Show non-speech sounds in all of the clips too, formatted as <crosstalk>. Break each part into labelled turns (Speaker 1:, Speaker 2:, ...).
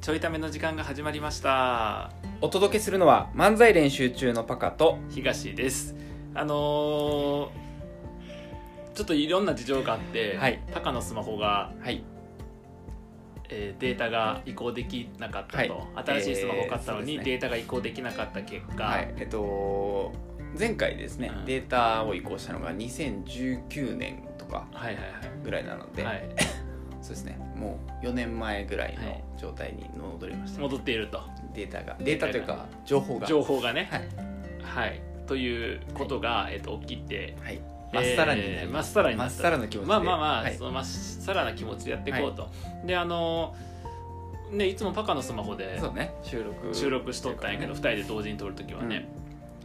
Speaker 1: ちょいための時間が始まりました
Speaker 2: お届けするのは漫才練習中のパカと
Speaker 1: 東ですあのーちょっといろんな事情があって、
Speaker 2: はい
Speaker 1: タカのスマホが、
Speaker 2: はい
Speaker 1: えーデータが移行できなかったと、
Speaker 2: はい
Speaker 1: 新しいスマホを買ったのに、
Speaker 2: えーそうですね
Speaker 1: データが移行できなかった結果、
Speaker 2: はいえっと前回ですね、
Speaker 1: うん
Speaker 2: データを移行したのが2019年とか
Speaker 1: はいはいはい
Speaker 2: ぐらいなので、
Speaker 1: はい
Speaker 2: そうですねもう4年前ぐらい
Speaker 1: はい
Speaker 2: の状態に戻りました、
Speaker 1: 戻っている
Speaker 2: <laughs>
Speaker 1: と
Speaker 2: データがデータというか情報が
Speaker 1: 情報がね
Speaker 2: は
Speaker 1: は
Speaker 2: い、
Speaker 1: い、ということが、えっと起きて
Speaker 2: はい、まっさらにな
Speaker 1: え
Speaker 2: りました、
Speaker 1: ーまっさらに
Speaker 2: ま
Speaker 1: な
Speaker 2: っ
Speaker 1: った
Speaker 2: さらの気持ちで
Speaker 1: まあまあまあ、
Speaker 2: はい
Speaker 1: そのまっさらな気持ちでやっていこうと、であのねいつもパカのスマホで
Speaker 2: そうね収録
Speaker 1: 収録しとったんやけど、2
Speaker 2: ね
Speaker 1: 人で同時に撮るときはね、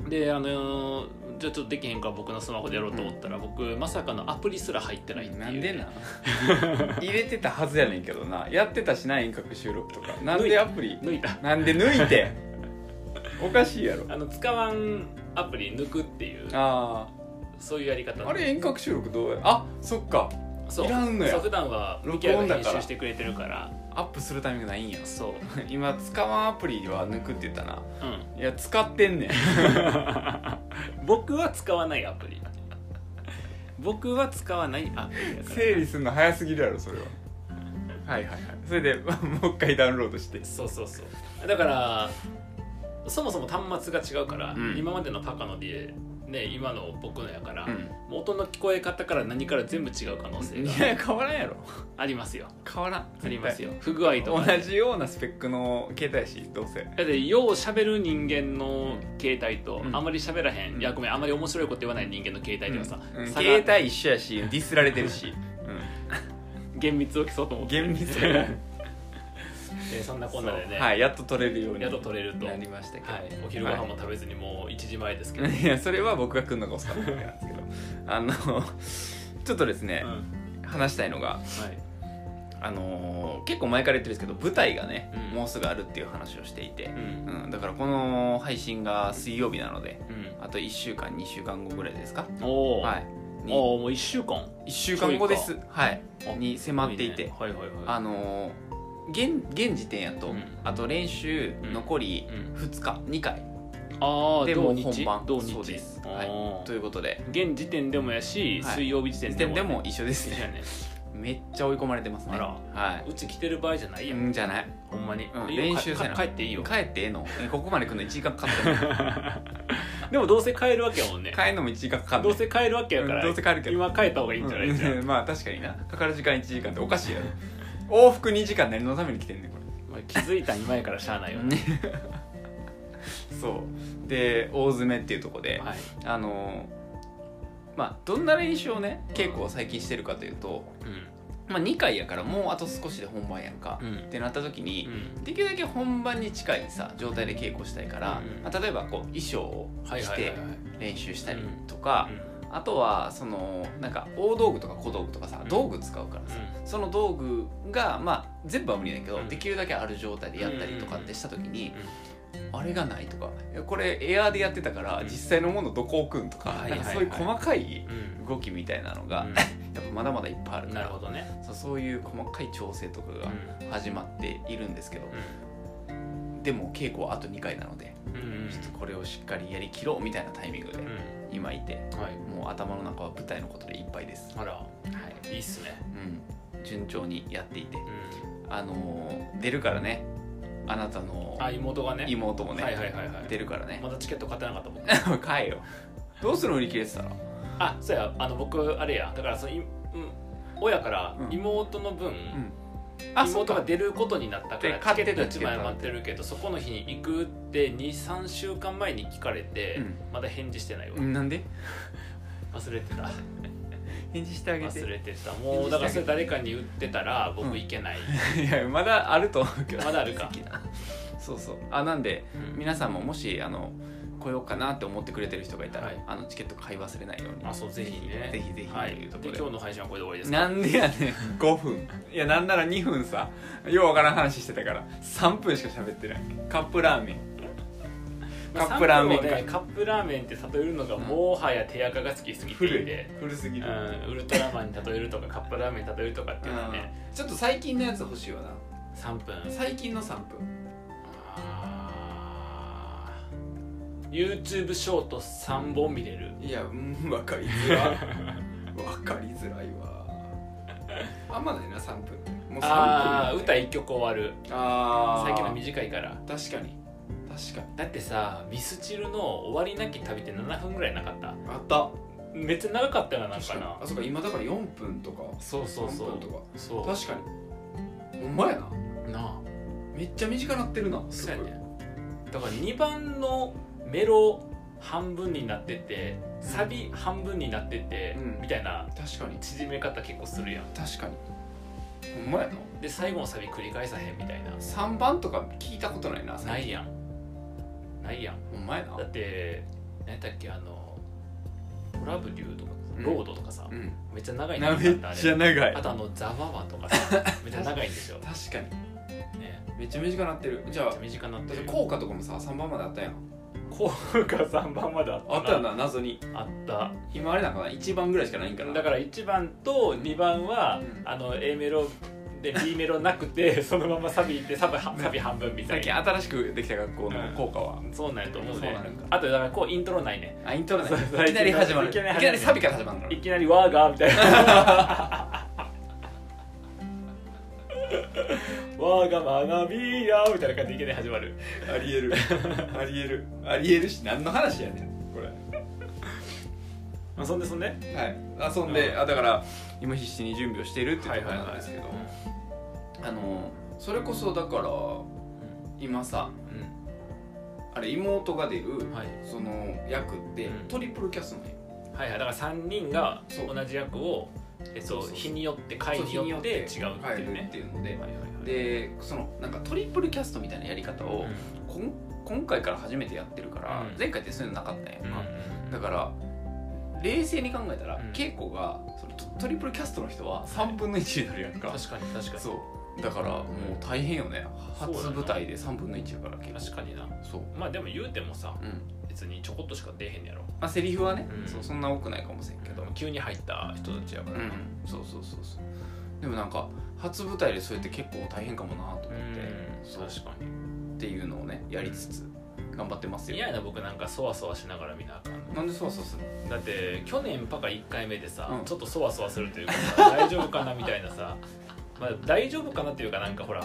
Speaker 1: であのじゃあちょっとできへんから僕のスマホでやろうと思ったら、僕まさかのアプリすら入ってないっていう、
Speaker 2: なんでな <laughs> 入れてたはずやねんけどなやってたしな遠隔収録とかなん
Speaker 1: 抜い
Speaker 2: でアプリ
Speaker 1: 抜いた
Speaker 2: なんで抜いておかしいやろ
Speaker 1: あの使わんアプリ抜くっていう
Speaker 2: あ
Speaker 1: そういうやり方
Speaker 2: ああれ遠隔収録どうやあそっか
Speaker 1: そう
Speaker 2: いらんのや
Speaker 1: そう普段はミ
Speaker 2: 録
Speaker 1: キア
Speaker 2: 音
Speaker 1: が
Speaker 2: だから
Speaker 1: 編集してくれてるから
Speaker 2: アップするタイミングないんや <laughs>
Speaker 1: そう、
Speaker 2: 今使わんアプリは抜くって言ったな
Speaker 1: う
Speaker 2: <laughs> いや使って
Speaker 1: <laughs>
Speaker 2: んねん
Speaker 1: ん、僕は使わないアプリ僕は使わないアプリだから
Speaker 2: 整理するの早すぎるやろそれははいはいはいそれで <laughs> もう一回ダウンロードして
Speaker 1: そうそうそうだからそもそも端末が違うから、
Speaker 2: うん
Speaker 1: 今までのパカので、ね、今の僕のやから、
Speaker 2: う
Speaker 1: もう音の聞こえ方から何から全部違う可能性
Speaker 2: い
Speaker 1: が
Speaker 2: や変わらんやろ
Speaker 1: <laughs> ありますよ
Speaker 2: 変わらん
Speaker 1: ありますよ
Speaker 2: 絶
Speaker 1: 不具合
Speaker 2: 対
Speaker 1: とか
Speaker 2: 同じようなスペックの携帯やしどうせ
Speaker 1: だってよう喋る人間の携帯と、
Speaker 2: うん
Speaker 1: あまり喋らへん、
Speaker 2: うん
Speaker 1: いやごめんあまり面白いこと言わない人間の携帯ではさ、
Speaker 2: うん
Speaker 1: 差が
Speaker 2: 携帯一緒やしディスられて
Speaker 1: <laughs>
Speaker 2: るし、
Speaker 1: 厳密を競おうと思って
Speaker 2: 厳密
Speaker 1: <laughs> えそんなこんなでね、
Speaker 2: <laughs> はいやっと取れるように
Speaker 1: やっと取れると
Speaker 2: なりましたけど、
Speaker 1: はい、お昼ご飯も食べずにもう1時前ですけど、
Speaker 2: いやそれは僕が来るのが遅かったからなんですけど
Speaker 1: <laughs>
Speaker 2: あのちょっとですね
Speaker 1: うん、、は
Speaker 2: 話したいのが、
Speaker 1: い
Speaker 2: あのー結構前から言ってるんですけど舞台がね、
Speaker 1: うん
Speaker 2: もうすぐあるっていう話をしていて
Speaker 1: う、ん
Speaker 2: うんだからこの配信が水曜日なので
Speaker 1: うん
Speaker 2: あと1週間2週間後ぐらいですか、
Speaker 1: おお、
Speaker 2: はい、に
Speaker 1: おおもう1週間
Speaker 2: 1週間後です、はい
Speaker 1: あ、
Speaker 2: に迫っていて
Speaker 1: いいねはいはいはい
Speaker 2: あのー現現時点やと、
Speaker 1: うん
Speaker 2: あと練習残り
Speaker 1: うん
Speaker 2: 2日、2回
Speaker 1: あー
Speaker 2: で
Speaker 1: 同
Speaker 2: もう
Speaker 1: 日
Speaker 2: 本番
Speaker 1: 同日
Speaker 2: そうです
Speaker 1: あ
Speaker 2: はい
Speaker 1: ー
Speaker 2: ということで
Speaker 1: 現時点でもやし、
Speaker 2: はい
Speaker 1: 水曜日時点
Speaker 2: 時
Speaker 1: で
Speaker 2: 点
Speaker 1: も
Speaker 2: でも一緒です
Speaker 1: 一緒や
Speaker 2: ね
Speaker 1: ね
Speaker 2: めっちゃ追い込まれてますね
Speaker 1: あら
Speaker 2: は
Speaker 1: うち来てる場合じゃない
Speaker 2: い
Speaker 1: やん、
Speaker 2: うんじゃない
Speaker 1: ほんまに、
Speaker 2: うん
Speaker 1: いいよ
Speaker 2: 練習せな
Speaker 1: か帰っていいよ <laughs>
Speaker 2: 帰ってええのここまで来るの1時間かかってる
Speaker 1: でもどうせ帰るわけやもんね
Speaker 2: 帰るのも1時間かかる
Speaker 1: どうせ帰るわけやから、
Speaker 2: うんどうせ帰るけど
Speaker 1: 今帰った方がいいんじゃない、じゃあ
Speaker 2: うんまあ確かになかかる時間1時間っておかしいやろ往復2時間何のために来てんねんこれ
Speaker 1: まあ気づいた今やからしゃあないよね、
Speaker 2: <laughs> そうで大詰めっていうとこで、
Speaker 1: はい
Speaker 2: あのーまあどんな練習をね結構最近してるかというと、
Speaker 1: う
Speaker 2: まあ、2回やからもうあと少しで本番やんか、
Speaker 1: んうん
Speaker 2: ってなった時に
Speaker 1: う、ん
Speaker 2: できるだけ本番に近いさ状態で稽古したいから、
Speaker 1: うん
Speaker 2: まあ、例えばこう衣装を
Speaker 1: は
Speaker 2: 着
Speaker 1: いはいはい
Speaker 2: て
Speaker 1: はい
Speaker 2: 練習したりとか、
Speaker 1: うん
Speaker 2: あとはそのなんか大道具とか小道具とかさ
Speaker 1: うん
Speaker 2: 道具使うからさ、その道具がまあ全部は無理だけど、
Speaker 1: うん
Speaker 2: できるだけある状態でやったりとかってした時に
Speaker 1: うん、
Speaker 2: あれがないとかいやこれエアーでやってたから
Speaker 1: うん
Speaker 2: 実際のものどこ置くんとか,、
Speaker 1: はい
Speaker 2: なんか
Speaker 1: はいは
Speaker 2: そう
Speaker 1: い
Speaker 2: いう細かい
Speaker 1: うんうん
Speaker 2: 動きみたいなのが、やっぱまだまだいっぱいある
Speaker 1: うん
Speaker 2: か
Speaker 1: なる
Speaker 2: ら
Speaker 1: ほどね、
Speaker 2: そうそういう細かい調整とか
Speaker 1: う
Speaker 2: が
Speaker 1: ん
Speaker 2: 始まっているんですけど、でも稽古はあと2回なので、
Speaker 1: うんうん
Speaker 2: ちょっとこれをしっかりやりきろうみたいなタイミングで
Speaker 1: う
Speaker 2: 今いて
Speaker 1: んはい
Speaker 2: もう頭の中は舞台のことでいっぱいです。
Speaker 1: あら
Speaker 2: はい
Speaker 1: いいっすね
Speaker 2: うん、順調にやっていて、
Speaker 1: う
Speaker 2: あのー出るからねあなた
Speaker 1: ん
Speaker 2: の
Speaker 1: あ妹がね
Speaker 2: 妹もね、
Speaker 1: はいはいはいはい
Speaker 2: 出るからね
Speaker 1: まだチケット買ってなかったもん
Speaker 2: <laughs> 帰よどうするの売り切れてたら
Speaker 1: あそうやあの僕あれやだからそのい、うん、親から
Speaker 2: うん
Speaker 1: 妹の分、
Speaker 2: ん
Speaker 1: 妹が出ることになった
Speaker 2: で
Speaker 1: から
Speaker 2: 買っ
Speaker 1: チ
Speaker 2: て
Speaker 1: ケ
Speaker 2: た
Speaker 1: ット1枚
Speaker 2: チケット
Speaker 1: 待ってるけどそこの日に行くって23週間前に聞かれて、
Speaker 2: うん
Speaker 1: まだ返事してないわ
Speaker 2: うんなんで
Speaker 1: 忘れてた
Speaker 2: 返事してあげて
Speaker 1: 忘れてたもうだからそれ誰かに売ってたら僕行けない、
Speaker 2: <laughs> いやまだあると思うけど
Speaker 1: まだある
Speaker 2: <laughs>
Speaker 1: か
Speaker 2: 好きなそうそうあなんで
Speaker 1: うん
Speaker 2: 皆さんももしあの来ようかなって思ってくれてる人がいたら、
Speaker 1: はい
Speaker 2: あのチケット買い忘れないように
Speaker 1: あそうぜひね
Speaker 2: ぜひぜひと
Speaker 1: はい、
Speaker 2: い
Speaker 1: で
Speaker 2: うとこ
Speaker 1: 今
Speaker 2: ろで
Speaker 1: 日の配信はこれで終わりですか
Speaker 2: なんでやね
Speaker 1: <laughs>
Speaker 2: ん5分いやなんなら2分さようわからん話してたから3分しか喋ってないカップラーメンカップラーメン
Speaker 1: まあ
Speaker 2: か
Speaker 1: 三分をねカップラーメンって例えるのがもはや手垢がつきすぎていて、
Speaker 2: 古す
Speaker 1: う
Speaker 2: ぎる、
Speaker 1: ん、ウルトラマンに例えるとかカップラーメンに例えるとかっていうのはね
Speaker 2: ちょっと最近のやつ欲しいわな
Speaker 1: 3分
Speaker 2: 最近の3分
Speaker 1: あー YouTube ショート3本見れる
Speaker 2: いやうん分かりづ
Speaker 1: <laughs>
Speaker 2: ら分かりづらいわあんまないな3分もう3分
Speaker 1: ああ
Speaker 2: だ
Speaker 1: 歌1曲終わる
Speaker 2: あ
Speaker 1: 最近の
Speaker 2: あ
Speaker 1: 短いから
Speaker 2: 確かに確かに
Speaker 1: だってさミスチルの終わりなき旅って7分ぐらいなかった
Speaker 2: あった
Speaker 1: めっちゃ長かったよななんか
Speaker 2: 確かに
Speaker 1: な
Speaker 2: あそうか今だから4分とか
Speaker 1: そうそうそ
Speaker 2: 3
Speaker 1: う
Speaker 2: 分とか
Speaker 1: そ
Speaker 2: 確かにほんまやな
Speaker 1: うなあ
Speaker 2: めっちゃ短なってるな
Speaker 1: そうやねだから2番のメロ半分になっててサビ半分になってて、
Speaker 2: うん
Speaker 1: みたいな
Speaker 2: 確かに
Speaker 1: 縮め方結構するやん
Speaker 2: 確かにほんまやな
Speaker 1: で最後のサビ繰り返さへんみたいな
Speaker 2: 3番とか聞いたことないな
Speaker 1: な
Speaker 2: 最
Speaker 1: い
Speaker 2: 近
Speaker 1: やんないやん
Speaker 2: ほんまやな
Speaker 1: だって何やったっけあのトラブリューとか
Speaker 2: うん
Speaker 1: ロードとかさ、
Speaker 2: うん
Speaker 1: めっちゃ長い
Speaker 2: な
Speaker 1: の
Speaker 2: めっ
Speaker 1: あ
Speaker 2: ちゃ
Speaker 1: れ
Speaker 2: 長い
Speaker 1: あとあのザワワとか <laughs> さめっちゃ長いんでしょ、
Speaker 2: 確かに
Speaker 1: ね、
Speaker 2: めっちゃ短なってるじ
Speaker 1: めっ
Speaker 2: ゃ
Speaker 1: ち
Speaker 2: あ
Speaker 1: ゃ身近になって
Speaker 2: だって
Speaker 1: る
Speaker 2: 効果とかもさ3番まであったやん
Speaker 1: 効果3番まであったな
Speaker 2: あったよな謎に
Speaker 1: あった
Speaker 2: 今あれなんかな1番ぐらいしかないんかな
Speaker 1: だから1番と2番は、
Speaker 2: うん
Speaker 1: あの A メロで B メロなく <laughs> てそのままサビ行ってサビサビ半分みた
Speaker 2: 最
Speaker 1: い
Speaker 2: 近
Speaker 1: な
Speaker 2: 新しくできた学校の効果は
Speaker 1: そうなんやと思う
Speaker 2: そう
Speaker 1: ね
Speaker 2: なんか
Speaker 1: あとだからこうイントロないね
Speaker 2: あイントロね
Speaker 1: そうそう
Speaker 2: いきなり始まるい
Speaker 1: い
Speaker 2: き
Speaker 1: きなり始まる
Speaker 2: なりサビから始まるの
Speaker 1: いきなり「わーが」みた
Speaker 2: <laughs>
Speaker 1: いな「わーが学びや」みたいな感じでいきなり始まる
Speaker 2: ありえ <laughs> るありえるありえるし何の話やねんこれ
Speaker 1: まあそんでそんでは
Speaker 2: はい遊んで、
Speaker 1: うん
Speaker 2: あだから今必死に準備をしてるっていうところなんですけど、あのそれこそだから今さ
Speaker 1: うん
Speaker 2: あれ妹が出る、
Speaker 1: うんはい
Speaker 2: その役って、
Speaker 1: うん
Speaker 2: トリプルキャストなんよ
Speaker 1: はいはいだから3人が
Speaker 2: そう
Speaker 1: 同じ役をえっ
Speaker 2: そう
Speaker 1: と
Speaker 2: そうそう
Speaker 1: 日によって回によって違うっていう
Speaker 2: 変えるっ
Speaker 1: ね
Speaker 2: ていうので、
Speaker 1: はいはいはい
Speaker 2: でそのなんかトリプルキャストみたいなやり方
Speaker 1: う
Speaker 2: を
Speaker 1: ん、
Speaker 2: こん今回から初めてやってるから、
Speaker 1: うん
Speaker 2: 前回ってそういうのなかったんやんか、
Speaker 1: うん
Speaker 2: だから冷静に考えたら、
Speaker 1: うん
Speaker 2: 稽古がそのトトリプルキャストの人は3分の1になるやんか、
Speaker 1: 確かに確かに
Speaker 2: そうだからもう大変よね
Speaker 1: そう
Speaker 2: 初
Speaker 1: だな
Speaker 2: 舞台で3分の1やから結構
Speaker 1: 確かにな
Speaker 2: そう
Speaker 1: まあでも言うてもさ
Speaker 2: うん
Speaker 1: 別にちょこっとしか出えへんやろ
Speaker 2: まあセリフはね、
Speaker 1: うん
Speaker 2: そうそんな多くないかもしれんけ
Speaker 1: け
Speaker 2: ど
Speaker 1: ど急に入った人たちやからな
Speaker 2: そうそうそうそうでもなんか初舞台でそうやって結構大変かもなと思って、そう
Speaker 1: 確かに
Speaker 2: っていうのをねやりつつ頑張ってますよ
Speaker 1: 嫌やな僕なんかそわそわしながら見なあかんの
Speaker 2: なんでそうそうそう
Speaker 1: だって去年パカ1回目でさ、
Speaker 2: うん
Speaker 1: ちょっとそわそわするというかさ大丈夫かなみたいなさ <laughs> まあ大丈夫かなっていうかなんかほら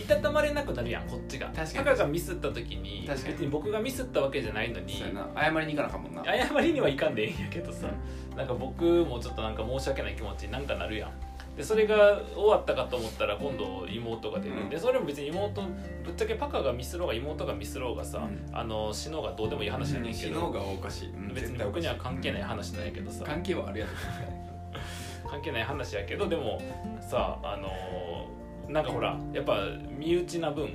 Speaker 1: いたたまれなくなるやんこっちが
Speaker 2: 確か
Speaker 1: パ
Speaker 2: に
Speaker 1: カがミスった時に
Speaker 2: 確かに
Speaker 1: 別に僕がミスったわけじゃないのに
Speaker 2: そうやな謝りに行かなあかんもんな
Speaker 1: 謝りにはいかんでいいんやけどさ、なんか僕もちょっとなんか申し訳ない気持ちになんかなるやんでそれが終わったかと思ったら今度妹が出る、
Speaker 2: うん
Speaker 1: でそれも別に妹ぶっちゃけパカがミスろうが妹がミスろうがさ、
Speaker 2: うん
Speaker 1: あの死のうがどうでもいい話なんやけ
Speaker 2: 死の
Speaker 1: ど
Speaker 2: 方がおかしいうん
Speaker 1: 別
Speaker 2: 絶
Speaker 1: に
Speaker 2: 対お
Speaker 1: 僕
Speaker 2: かし
Speaker 1: に
Speaker 2: い
Speaker 1: は関係ない話なんやけど
Speaker 2: う
Speaker 1: さ
Speaker 2: ん関係はあるやろ
Speaker 1: 関係ない話やけどでもさあのーなんかほらやっぱ身内な分、
Speaker 2: うん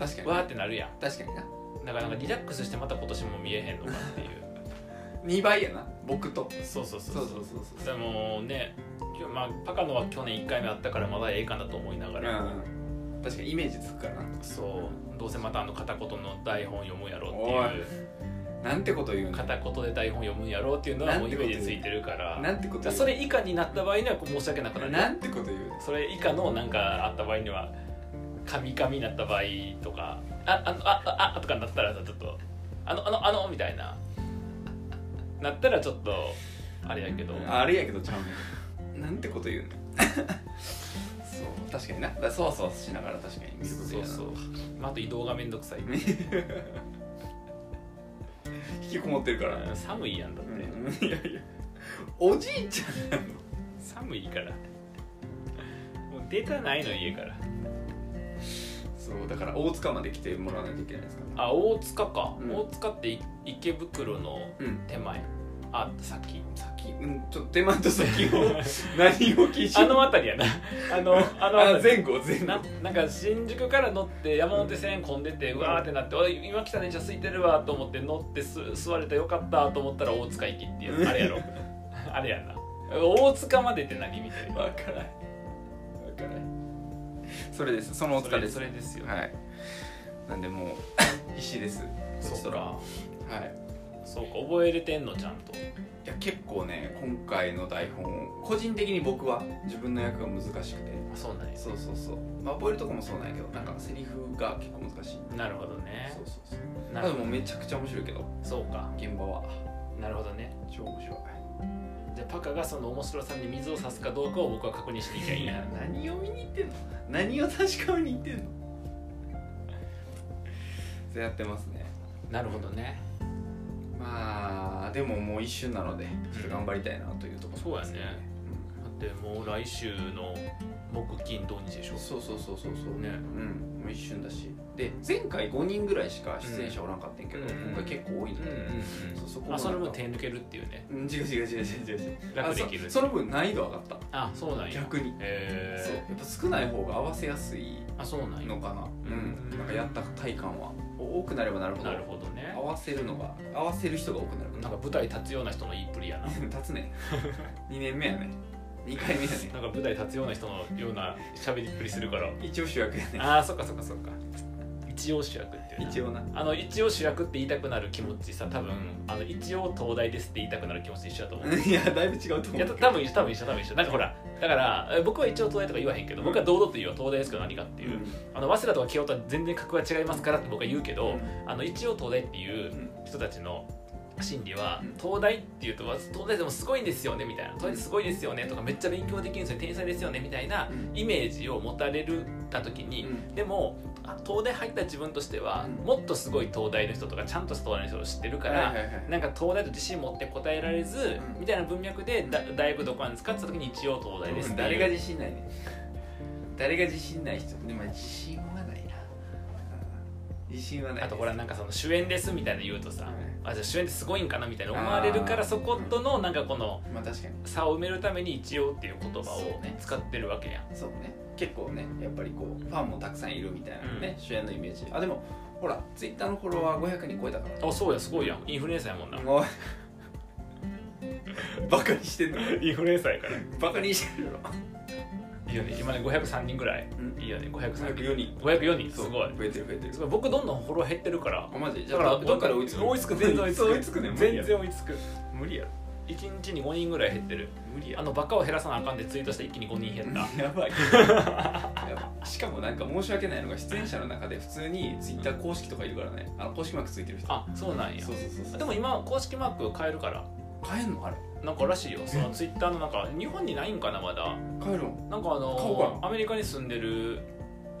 Speaker 2: 確かに
Speaker 1: わーってなるやん
Speaker 2: 確かにな
Speaker 1: だからなんかリラックスしてまた今年も見えへんのかっていう
Speaker 2: 2倍やな僕と
Speaker 1: そうそう
Speaker 2: そ
Speaker 1: そうう
Speaker 2: そ
Speaker 1: そうう
Speaker 2: そうそう
Speaker 1: でもね、まあ、パカノは去年1回目あったからまだええかなと思いなが
Speaker 2: う
Speaker 1: ら、
Speaker 2: ん確かにイメージつくからな
Speaker 1: そうどうせまたあの片言の台本読むやろっていう
Speaker 2: なんてこと言うの
Speaker 1: 片言で台本読むんやろっていうのはもうイメージついてるから
Speaker 2: なんてこと
Speaker 1: じゃ
Speaker 2: 言
Speaker 1: あ
Speaker 2: う
Speaker 1: それ以下になった場合にはこう申し訳なくなる
Speaker 2: なんてこと言うの
Speaker 1: それ以下のなんかあった場合にはカミカミになった場合とかああのあああとかになったらさちょっとあのあのあのみたいななったらちょっとあれやけど
Speaker 2: あれやけどちゃうねんなんてこと言うの <laughs> そう確かになだからそわそわしながら確かに見ること
Speaker 1: そ
Speaker 2: や
Speaker 1: う
Speaker 2: な
Speaker 1: そう、まあ、あと移動がめんどくさい
Speaker 2: <laughs> 引きこもってるから、
Speaker 1: 寒いやんだって、
Speaker 2: うんいやいやおじいちゃんなの
Speaker 1: 寒いからもう出たないの家から
Speaker 2: そうだから大塚まで来てもらわないといけないですから
Speaker 1: あ大塚か、
Speaker 2: うん
Speaker 1: 大塚ってい池袋の
Speaker 2: うん
Speaker 1: 手前あ先
Speaker 2: 先うんちょっと手間と先を
Speaker 1: <laughs>
Speaker 2: 何を基準
Speaker 1: あの辺りやなあのあの
Speaker 2: あ
Speaker 1: 辺り
Speaker 2: 前後前
Speaker 1: な
Speaker 2: 後
Speaker 1: なんか新宿から乗って山手線混んでてうわーってなって「おい今来た電車空いてるわ」と思って乗ってす座れたよかったと思ったら大塚駅っていうあれやろ <laughs> あれやんな大塚までって何みたいな
Speaker 2: 分からない分からないそれですその大
Speaker 1: そ
Speaker 2: 塚
Speaker 1: れ
Speaker 2: です
Speaker 1: それですよ、
Speaker 2: はいなんでもう <laughs> 必死です
Speaker 1: そ
Speaker 2: そした
Speaker 1: う
Speaker 2: ら
Speaker 1: か
Speaker 2: はい
Speaker 1: そうか覚えれてんのちゃんと
Speaker 2: いや結構ね今回の台本個人的に僕は自分の役が難しくて
Speaker 1: あそうなんや
Speaker 2: そうそうそうまあ覚えるとこもそうなんやけどなんかセリフが結構難しい
Speaker 1: なるほどね
Speaker 2: そうそうそう
Speaker 1: な
Speaker 2: まあでもめちゃくちゃ面白いけど
Speaker 1: そうか
Speaker 2: 現場は
Speaker 1: なるほどね
Speaker 2: 超面白い
Speaker 1: じゃあパカがその面白さに水を差すかどうかを僕は確認していきゃいいな
Speaker 2: 何を見に行ってんの何を確かめに行ってんのそうやってますね
Speaker 1: <laughs> なるほどね
Speaker 2: まあでももう一瞬なのでちょっと頑張りたいなというところなんですけど
Speaker 1: そうやねだってもう来週の木金土日でし
Speaker 2: う
Speaker 1: ょ
Speaker 2: んそうそうそうそうそう
Speaker 1: ね
Speaker 2: うんもう一瞬だしで前回5人ぐらいしか出演者おらんかったんやけど、
Speaker 1: うん
Speaker 2: 今回結構多いので、
Speaker 1: う
Speaker 2: そうそこ
Speaker 1: んあその分
Speaker 2: なんか
Speaker 1: 手抜けるっていうね
Speaker 2: うん違う違う違う違う違う違う
Speaker 1: 楽できる
Speaker 2: あそその分難易度上がった
Speaker 1: あそうなんや
Speaker 2: 逆に
Speaker 1: え
Speaker 2: そうや
Speaker 1: え
Speaker 2: っぱ少ない方が合わせやすい
Speaker 1: あそうなんや
Speaker 2: のかな、うん
Speaker 1: うん
Speaker 2: なんかやった体感は多くなればなるほど
Speaker 1: なるほどね
Speaker 2: 合わせるのが合わせる人が多くなる <laughs>
Speaker 1: なんか舞台立つような人の言いっぷりやな
Speaker 2: 立つね2年目やね2回目やね
Speaker 1: なんか舞台立つような人のような喋りっぷりするから <laughs>
Speaker 2: 一応主役やね
Speaker 1: あーそっかそっかそっか一応主役っていうな
Speaker 2: 一応な
Speaker 1: あの一応主役って言いたくなる気持ちさ多分あの一応東大ですって言いたくなる気持ち一緒だと思う
Speaker 2: <laughs> いやだいぶ違う
Speaker 1: い
Speaker 2: と思
Speaker 1: や
Speaker 2: う
Speaker 1: た多分一緒多分一緒多分一緒なんかほらだからえ僕は一応東大とか言わへんけど僕は堂々と言うよ東大ですけど何かっていう、あの早稲田とか慶応とは全然格が違いますからって僕は言うけど、あの一応東大っていう人たちの心理は
Speaker 2: うん
Speaker 1: 東大っていうとまず東大でもすごいんですよねみたいな東大ですごいですよねとかめっちゃ勉強できるんですよね天才ですよねみたいな
Speaker 2: うん
Speaker 1: イメージを持たれるた時
Speaker 2: うん
Speaker 1: にでもあ東大入った自分としては
Speaker 2: うん
Speaker 1: もっとすごい東大の人とかちゃんとした東大の人を知ってるか
Speaker 2: はいは
Speaker 1: ら
Speaker 2: いはい
Speaker 1: なんか東大と自信持って答えられず
Speaker 2: うん
Speaker 1: みたいな文脈でだ大学どこなんですかって言った時に一応東大です
Speaker 2: う
Speaker 1: っ
Speaker 2: ん
Speaker 1: ていう
Speaker 2: 誰が自信ないね誰が自信ない人でも自信はないなうん自信はない
Speaker 1: あとほらなんかその主演ですみたいな言うとさ、
Speaker 2: はい
Speaker 1: あじゃあ主演ってすごいんかなみたいな思われるから
Speaker 2: あー
Speaker 1: そことのなんかこの
Speaker 2: まあ確かに
Speaker 1: 差を埋めるために一応っていう言葉
Speaker 2: そう
Speaker 1: を
Speaker 2: ね
Speaker 1: 使ってるわけやん、
Speaker 2: そうね結構ねやっぱりこうファンもたくさんいるみたいなね、主演のイメージあでもほらツイッターのフォロワー500人超えたから
Speaker 1: あそうやすごいやんインフルエンサーやもんな
Speaker 2: もう <laughs> バカにしてんの
Speaker 1: インフルエンサーやからい
Speaker 2: バカにしてるの
Speaker 1: いよね今ね503人ぐらい
Speaker 2: うん
Speaker 1: いいよね503人
Speaker 2: 504人
Speaker 1: 504人すごい
Speaker 2: 増えてる増えてる
Speaker 1: すごい僕どんどんフォロー減ってるから
Speaker 2: あマジでじ
Speaker 1: だ
Speaker 2: ゃ
Speaker 1: か
Speaker 2: あ
Speaker 1: ら
Speaker 2: どどっから追いつく
Speaker 1: 追いつく全然追いつく
Speaker 2: ね
Speaker 1: 全然追いつく
Speaker 2: 無理やろ
Speaker 1: 1日に5人ぐらい減ってる
Speaker 2: 無理や
Speaker 1: あ
Speaker 2: ろ
Speaker 1: のバカを減らさなあかんでツイートしたら一気に5人減った
Speaker 2: やばいやばいしかもなんか申し訳ないのが出演者の中で普通にツイッター公式とかいるからねあの公式マークついてる人
Speaker 1: あそうなんや
Speaker 2: そうそうそうそう
Speaker 1: でも今公式マーク変えるから
Speaker 2: 帰んのあれ
Speaker 1: なんからしいよそのツイッターのなんか日本にないんかなまだ
Speaker 2: 帰るん
Speaker 1: なんかあの
Speaker 2: 顔
Speaker 1: アメリカに住んでる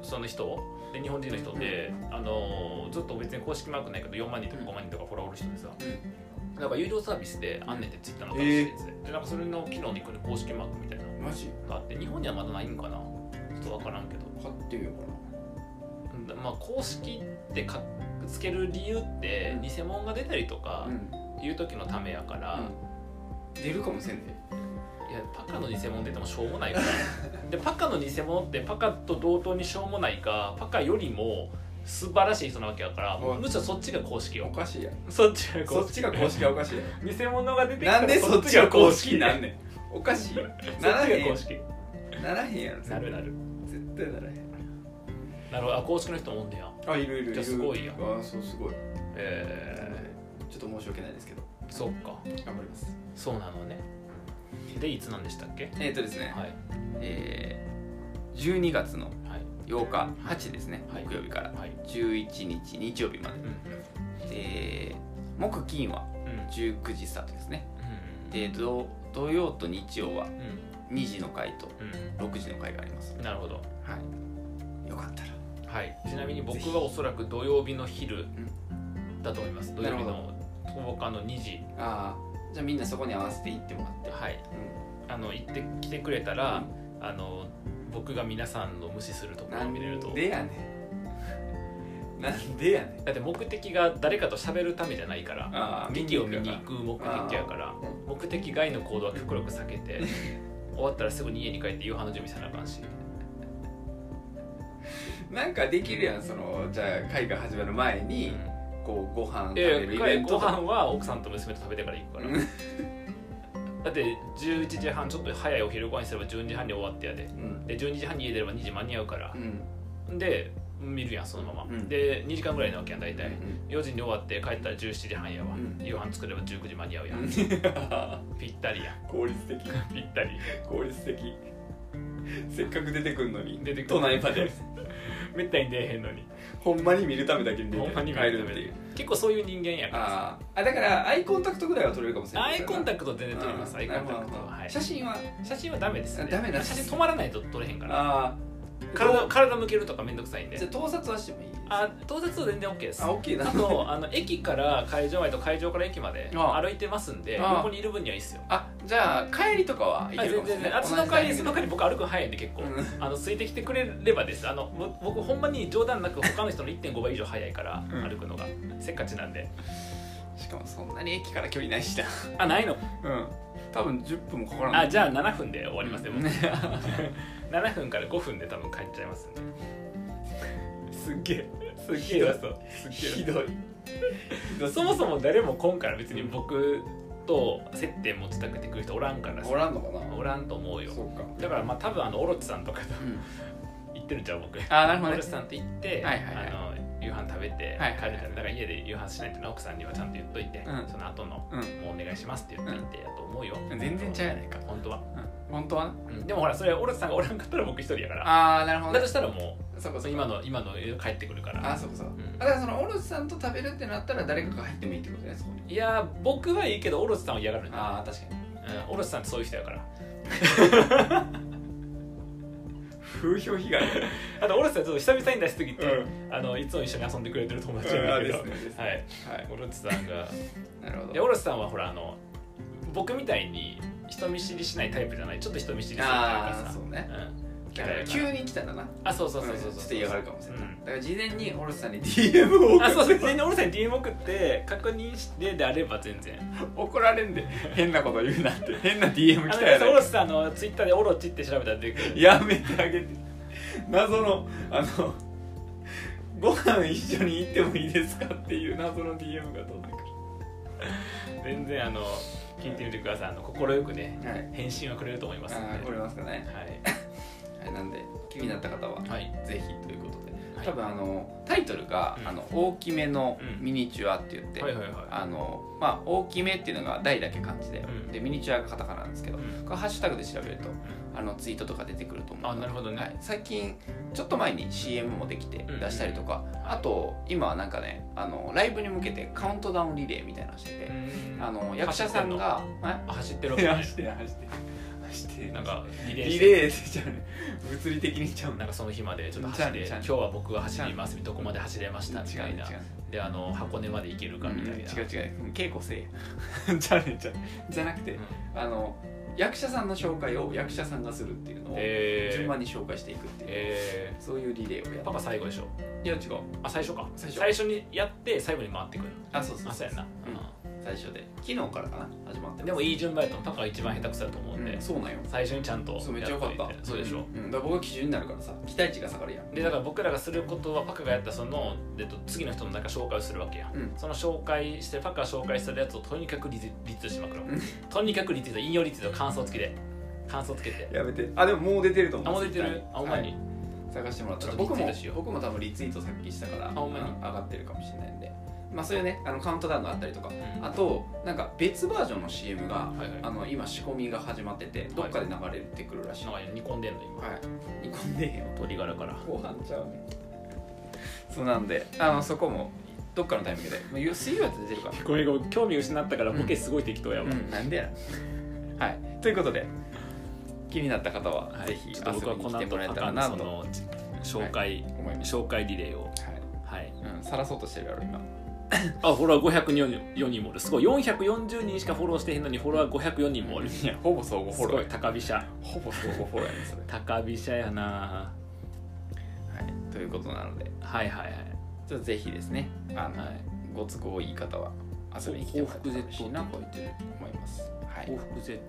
Speaker 1: その人で日本人の人って、あのずっと別に公式マークないけど4万人とか5万人とかフォローおる人でさ、なんか有料サービスであんねんってツイッターの
Speaker 2: うん
Speaker 1: 楽しいやつで,、でなんかそれの機能に来る公式マークみたいなの
Speaker 2: マジ
Speaker 1: があって日本にはまだないんかなちょっと分からんけど
Speaker 2: 買ってみよう
Speaker 1: うんまあ公式ってかつける理由って偽物が出たりと
Speaker 2: か
Speaker 1: か
Speaker 2: なうん
Speaker 1: いう時のためやから、
Speaker 2: 出るかもせんで
Speaker 1: いやパカの偽物出てもしょうもないからでパカの偽物ってパカと同等にしょうもないかパカよりも素晴らしい人なわけやから
Speaker 2: おい
Speaker 1: むしろそっちが公式
Speaker 2: お
Speaker 1: よ
Speaker 2: かしいやん
Speaker 1: そっちが
Speaker 2: そ
Speaker 1: 公
Speaker 2: っち
Speaker 1: 式
Speaker 2: が公式はおかしいやん
Speaker 1: 偽物が出てきた
Speaker 2: <laughs>
Speaker 1: ら
Speaker 2: なんでそっちが公式な
Speaker 1: ね
Speaker 2: んねんおかしいよ
Speaker 1: そっち
Speaker 2: ならへん
Speaker 1: が
Speaker 2: や
Speaker 1: 公
Speaker 2: ん
Speaker 1: 式
Speaker 2: ならへんやろ絶
Speaker 1: な
Speaker 2: 対
Speaker 1: るなる
Speaker 2: 絶対ならへん
Speaker 1: なるほどあ公式の人もおんねや
Speaker 2: あいるいる
Speaker 1: じ
Speaker 2: い
Speaker 1: ゃ
Speaker 2: る
Speaker 1: あすごいやん
Speaker 2: あそうすごい
Speaker 1: え
Speaker 2: ちょっと申し訳ないですけど
Speaker 1: ー、そっか
Speaker 2: 頑張ります
Speaker 1: そうなのねでいつなんでしたっけ
Speaker 2: えっ、ー、とですね、
Speaker 1: はい
Speaker 2: えー、12月の
Speaker 1: はい
Speaker 2: 8日8ですね、
Speaker 1: はい
Speaker 2: 木曜日から
Speaker 1: はい
Speaker 2: 11日日曜日ま
Speaker 1: うん
Speaker 2: でで木金は
Speaker 1: うんうん
Speaker 2: 19時スタートですね
Speaker 1: うん
Speaker 2: で土土曜と日曜は
Speaker 1: うん
Speaker 2: 2時の回と
Speaker 1: う
Speaker 2: 6時の回があります
Speaker 1: んなるほど
Speaker 2: はいよかったら
Speaker 1: はい、ちなみに僕
Speaker 2: ぜひ
Speaker 1: はおそらく土曜日の昼
Speaker 2: ん
Speaker 1: だと思います土
Speaker 2: な
Speaker 1: 曜
Speaker 2: る
Speaker 1: 日
Speaker 2: ほど
Speaker 1: の10日の2時
Speaker 2: ああじゃあみんなそこに合わせて行ってもらって
Speaker 1: はいあの行ってきてくれたら、あの僕が皆さんの無視するところを見れると
Speaker 2: でやねん <laughs> なんでやねん
Speaker 1: だって目的が誰かと喋るためじゃないから
Speaker 2: ああ
Speaker 1: 劇を見に行
Speaker 2: く
Speaker 1: く目的やから
Speaker 2: ーう
Speaker 1: 目的外の行動は極力避けて <laughs> 終わったらすぐに家に帰って夕飯の準備せなあかんし
Speaker 2: なんかできるやんそのじゃあ会が始まる前に、こうご飯食べ
Speaker 1: え
Speaker 2: るイベント
Speaker 1: ご
Speaker 2: とか
Speaker 1: 飯は奥さんと娘と食べてから行くからだって11時半ちょっと早いお昼ご飯にすれば12時半に終わってやで
Speaker 2: うん
Speaker 1: で12時半に家出れば2時間に合うから、で見るやんそのまま、
Speaker 2: うん
Speaker 1: で2時間ぐらいなわけやん大体、
Speaker 2: うん
Speaker 1: 4時に終わって帰ったら17時半やわ、
Speaker 2: うん
Speaker 1: 夕飯作れば19時間に合うやん、 <laughs> ぴったりやん
Speaker 2: <laughs> 効率的
Speaker 1: ぴったり
Speaker 2: 効率的せっかく出てくんのに
Speaker 1: 出てくる
Speaker 2: 都内まで
Speaker 1: めったに出えへんのに
Speaker 2: ほんまに見るためだけに出
Speaker 1: ほ
Speaker 2: て
Speaker 1: んまに
Speaker 2: 帰
Speaker 1: 見る
Speaker 2: る
Speaker 1: た
Speaker 2: っ
Speaker 1: め
Speaker 2: てい
Speaker 1: に
Speaker 2: う
Speaker 1: 結構そういう人間やからさ
Speaker 2: あーあだからアイコンタクトぐらいは取れるかもしれない
Speaker 1: アイコンタ
Speaker 2: ク
Speaker 1: クト全然撮れますアイコンタクトは、はい、
Speaker 2: 写真は
Speaker 1: 写真はダメですね
Speaker 2: あダメなんです
Speaker 1: 写真止まらないと撮れへんから
Speaker 2: あ
Speaker 1: 体
Speaker 2: 体
Speaker 1: 体向けるとかめんどくさいんで
Speaker 2: じゃあ盗撮はしてもいい
Speaker 1: あ当日は全然 OK です
Speaker 2: あ OK な
Speaker 1: あとあの駅から会場までと会場から駅まで
Speaker 2: ああ
Speaker 1: 歩いてますんで
Speaker 2: ああ
Speaker 1: 横にいる分にはいいっすよ
Speaker 2: あじゃあ帰りとかはい
Speaker 1: あ
Speaker 2: ける
Speaker 1: 全
Speaker 2: かもしれない
Speaker 1: 然あその帰りそ
Speaker 2: 同
Speaker 1: の
Speaker 2: じ
Speaker 1: 帰り僕歩くの早いんで結構、
Speaker 2: うん
Speaker 1: あのついてきてくれればですあのぼ僕ほんまに冗談なく他の人の1.5倍以上早いから
Speaker 2: うん
Speaker 1: 歩くのが、せっかちなんで
Speaker 2: しかもそんなに駅から距離ないしな
Speaker 1: あないの
Speaker 2: うん多分10分もかからない
Speaker 1: あじゃあ7分で終わりますよ、
Speaker 2: うん
Speaker 1: <laughs> 僕7分から5分で多分帰っちゃいますんですっげえすっげえ偉そうすっげえ偉そう
Speaker 2: ひどい
Speaker 1: そもそも誰も今回は別に僕と接点持ちたくて来る人おらんからさ
Speaker 2: おらんのかな
Speaker 1: おらんと思うよ
Speaker 2: そうか
Speaker 1: だからまあ多分あのオロチさんとかと
Speaker 2: うん
Speaker 1: 行ってるんちゃう僕
Speaker 2: あなるほど
Speaker 1: オ
Speaker 2: ね
Speaker 1: ロチさんと行って、
Speaker 2: はいはいはい
Speaker 1: あの夕飯食べて
Speaker 2: はいはい
Speaker 1: 帰るじゃんだから家で夕飯しないっていうのは奥さんにはちゃんと言っといて、
Speaker 2: うん
Speaker 1: その後の、
Speaker 2: うん
Speaker 1: もうお願いします」って言っといてやと思うよ、
Speaker 2: 全然ちゃうやないか
Speaker 1: 本当は、
Speaker 2: うん本当はな
Speaker 1: うんでもほらそれオロチさんがおらんかったら僕一人やから
Speaker 2: ああなるほど
Speaker 1: だ
Speaker 2: ね
Speaker 1: としたらも
Speaker 2: そう
Speaker 1: う
Speaker 2: か
Speaker 1: その
Speaker 2: そう
Speaker 1: 今
Speaker 2: か
Speaker 1: の今の帰ってくるか
Speaker 2: あ
Speaker 1: ら
Speaker 2: そうかそうか
Speaker 1: うん
Speaker 2: あだからそのおろしさんと食べるってなったら誰かが入ってもいいってことねそこに
Speaker 1: いやー僕はいいけどオロチさんは嫌がるな、
Speaker 2: あ確かに
Speaker 1: うん、オロチさんってそういう人やから <laughs>
Speaker 2: 風評 <laughs> 被害
Speaker 1: あとオロチさんちょっと久々に出しすぎて、
Speaker 2: う
Speaker 1: あのいつも一緒に遊んでくれてる友達なんだけど、
Speaker 2: うんあですねですね
Speaker 1: はい
Speaker 2: はい
Speaker 1: オロチさんが
Speaker 2: なるほ
Speaker 1: でオ
Speaker 2: ど
Speaker 1: ロチさんはほらあの僕みたいに人見知りしないタイプじゃないちょっと人見知りするというか
Speaker 2: あー
Speaker 1: さ
Speaker 2: そうね
Speaker 1: うん、キ
Speaker 2: だ
Speaker 1: ャ
Speaker 2: か
Speaker 1: ラ
Speaker 2: ら
Speaker 1: やから
Speaker 2: 急に来たんだな
Speaker 1: あそうそうそうそうそう、
Speaker 2: ちょっと嫌がるかもしれない、
Speaker 1: うん
Speaker 2: だから事前におろしさんに DM を送
Speaker 1: あそうそう
Speaker 2: る
Speaker 1: 全然オロチさんに DM 送って確認してであれば全然
Speaker 2: 怒られんで変なこと言うなって
Speaker 1: <laughs>
Speaker 2: 変な DM
Speaker 1: あ
Speaker 2: 来
Speaker 1: の
Speaker 2: たや
Speaker 1: オロ
Speaker 2: ろ
Speaker 1: チさんのツイッターでオロチって調べたら出てくる
Speaker 2: やめてあげて謎のあのご飯一緒に行ってもいいですかっていう謎の DM が飛んでく
Speaker 1: 全然あの聞いてみてくださいあの快くね
Speaker 2: るはい
Speaker 1: 返信はくれると思いますんで
Speaker 2: ああこれますかね
Speaker 1: は、
Speaker 2: はいなんで気になった方はい
Speaker 1: はい
Speaker 2: ぜひということで
Speaker 1: はい
Speaker 2: 多分あのタイトルが、
Speaker 1: うん
Speaker 2: あの大きめの
Speaker 1: うん
Speaker 2: ミニチュアって言って、
Speaker 1: はいはいは
Speaker 2: あのまあ、大きめっていうのが大だけ漢字で,、
Speaker 1: うん
Speaker 2: でミニチュアがカタカナなんですけ
Speaker 1: い、
Speaker 2: ど
Speaker 1: うん
Speaker 2: これハッシュタグで調べるとあのツイートとか出てくると思うので
Speaker 1: あなるほどね
Speaker 2: はい、最近ちょっと前に CM もできて
Speaker 1: うん
Speaker 2: 出したりとか、あと今はなんかねあのライブに向けてカウントダウンリレーみたいなのしてて、
Speaker 1: うん
Speaker 2: あの役者さんが
Speaker 1: 走ってる
Speaker 2: え
Speaker 1: わけじゃない
Speaker 2: て走って走って
Speaker 1: なんかリレーし
Speaker 2: リ
Speaker 1: て
Speaker 2: レーってちゃうね物理的にちゃう
Speaker 1: なん
Speaker 2: ね
Speaker 1: かその日までちょっと走れ
Speaker 2: ち
Speaker 1: 今
Speaker 2: ゃんちゃん
Speaker 1: 日は僕が走りますどこまで走れまし
Speaker 2: 違う
Speaker 1: たみたいな
Speaker 2: 違う
Speaker 1: であの箱根まで行けるかみたいな
Speaker 2: うん違う違ううん稽古せえ
Speaker 1: <laughs>
Speaker 2: じゃあねじゃあじゃなくて、
Speaker 1: うん
Speaker 2: あの役者さんの紹介を役者さんがするっていうのを
Speaker 1: えー
Speaker 2: 順番に紹介していくっていう、
Speaker 1: え
Speaker 2: そういうリレーをや
Speaker 1: ー
Speaker 2: っ
Speaker 1: パパ最後でしょ
Speaker 2: いや違う
Speaker 1: あ最初か
Speaker 2: 最初
Speaker 1: にやって最後に回ってくる
Speaker 2: あそうそう
Speaker 1: あ
Speaker 2: そ
Speaker 1: そううやな、
Speaker 2: 最初で昨日からかな始まって
Speaker 1: う
Speaker 2: ま
Speaker 1: ん
Speaker 2: す
Speaker 1: でもいい順番やとパパが一番下手くそだと思う
Speaker 2: うん
Speaker 1: で、
Speaker 2: んそうなんよ
Speaker 1: 最初にちゃんと
Speaker 2: そうめっちゃ良かっ
Speaker 1: やとい
Speaker 2: た
Speaker 1: てそうでしょ、
Speaker 2: んんだから僕が基準になるからさ期待値が下がるやん
Speaker 1: でだから僕らがすることはパカがやったその、えっと、次の人のなんか紹介をするわけや、
Speaker 2: うん
Speaker 1: その紹介してパカが紹介するやつをとにかくリツリツイートしまくろう、
Speaker 2: うん
Speaker 1: とにかくリツイート引用リツイート感想つけて感想つけて
Speaker 2: やめてあでももう出てると思
Speaker 1: あ
Speaker 2: う
Speaker 1: もう出てるあほんまに、
Speaker 2: はい探してもらったら
Speaker 1: ちょっと
Speaker 2: 僕
Speaker 1: リツイー
Speaker 2: も
Speaker 1: トしよう
Speaker 2: 僕も多分リツイートさっきしたから
Speaker 1: ほんまに
Speaker 2: あ上がってるかもしれないんでまあそういうねあのカウントダウンがあったりとか
Speaker 1: うん
Speaker 2: あとなんか別バージョンの CM が
Speaker 1: はいはい
Speaker 2: あの今仕込みが始まっててどっかで流れてくるらしい
Speaker 1: なん
Speaker 2: は
Speaker 1: か煮込んでんの今
Speaker 2: い煮込んでへんよ
Speaker 1: 鶏ガラから
Speaker 2: 後半ちゃうねそうなんであのそこもどっかのタイミングでもう水曜やったら出てるから
Speaker 1: ごめんごめん興味失ったから
Speaker 2: ボケ
Speaker 1: すごい適当や
Speaker 2: うん、なんでやなはいということで気になった方は
Speaker 1: はい
Speaker 2: ぜひ
Speaker 1: ち
Speaker 2: 遊
Speaker 1: ょっと僕は
Speaker 2: び
Speaker 1: この後
Speaker 2: に来てもらえ
Speaker 1: パ
Speaker 2: た
Speaker 1: カ
Speaker 2: ら
Speaker 1: の
Speaker 2: な
Speaker 1: そ
Speaker 2: と
Speaker 1: の紹介、
Speaker 2: 思います
Speaker 1: 紹介リレーを
Speaker 2: は
Speaker 1: は
Speaker 2: い
Speaker 1: い
Speaker 2: うんさらそうとしてるやろ今
Speaker 1: あフォロワー504人もおるすごい440人しかフォローしてへんのにフォロワー504人もおる
Speaker 2: いやほぼ相互フ
Speaker 1: す
Speaker 2: ォロ
Speaker 1: ご
Speaker 2: ー
Speaker 1: い高飛車
Speaker 2: ほぼ相互フォローやねそれ
Speaker 1: 高飛車やな
Speaker 2: はいということなので
Speaker 1: はいはいはい
Speaker 2: ちょっとぜひですねあの、
Speaker 1: はい
Speaker 2: ご都合いい方は遊びに来て
Speaker 1: 報
Speaker 2: もらえた
Speaker 1: 復 Z
Speaker 2: ら嬉しいなと
Speaker 1: と書いてる
Speaker 2: 思いますはい、
Speaker 1: 報
Speaker 2: はい、
Speaker 1: 復 Z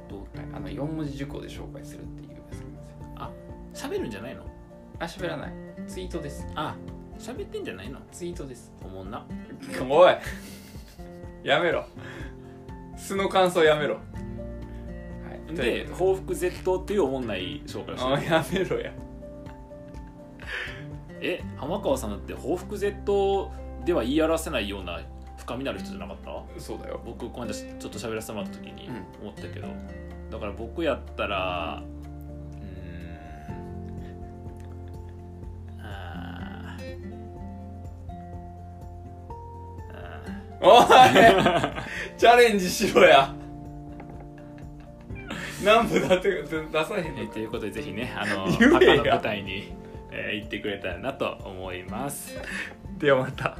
Speaker 2: あの4文字熟語で紹介するっていうやつなんですよ
Speaker 1: 喋るんじゃないの
Speaker 2: あ喋らないツイートです
Speaker 1: あ喋ってんじゃないの
Speaker 2: ツイートです
Speaker 1: おもんな
Speaker 2: おいやめろ素の感想やめろはいとい
Speaker 1: で
Speaker 2: うこと
Speaker 1: 報復 Z っていうおもんない紹介をしてる
Speaker 2: あやめろや
Speaker 1: え浜川さんだって報復 Z では言い表せないような深みのある人じゃなかった
Speaker 2: そうだよ
Speaker 1: 僕この間ちょっと喋らせてもらった時に
Speaker 2: う
Speaker 1: 思ったけど、だから僕やったらうーんあーあー
Speaker 2: おいチャレンジしろや何部だって出さへ
Speaker 1: え
Speaker 2: んの
Speaker 1: ー
Speaker 2: か
Speaker 1: ということでぜひねあの
Speaker 2: 言
Speaker 1: 赤
Speaker 2: えや
Speaker 1: の舞台に、えー行ってくれたらなと思います。
Speaker 2: ではまた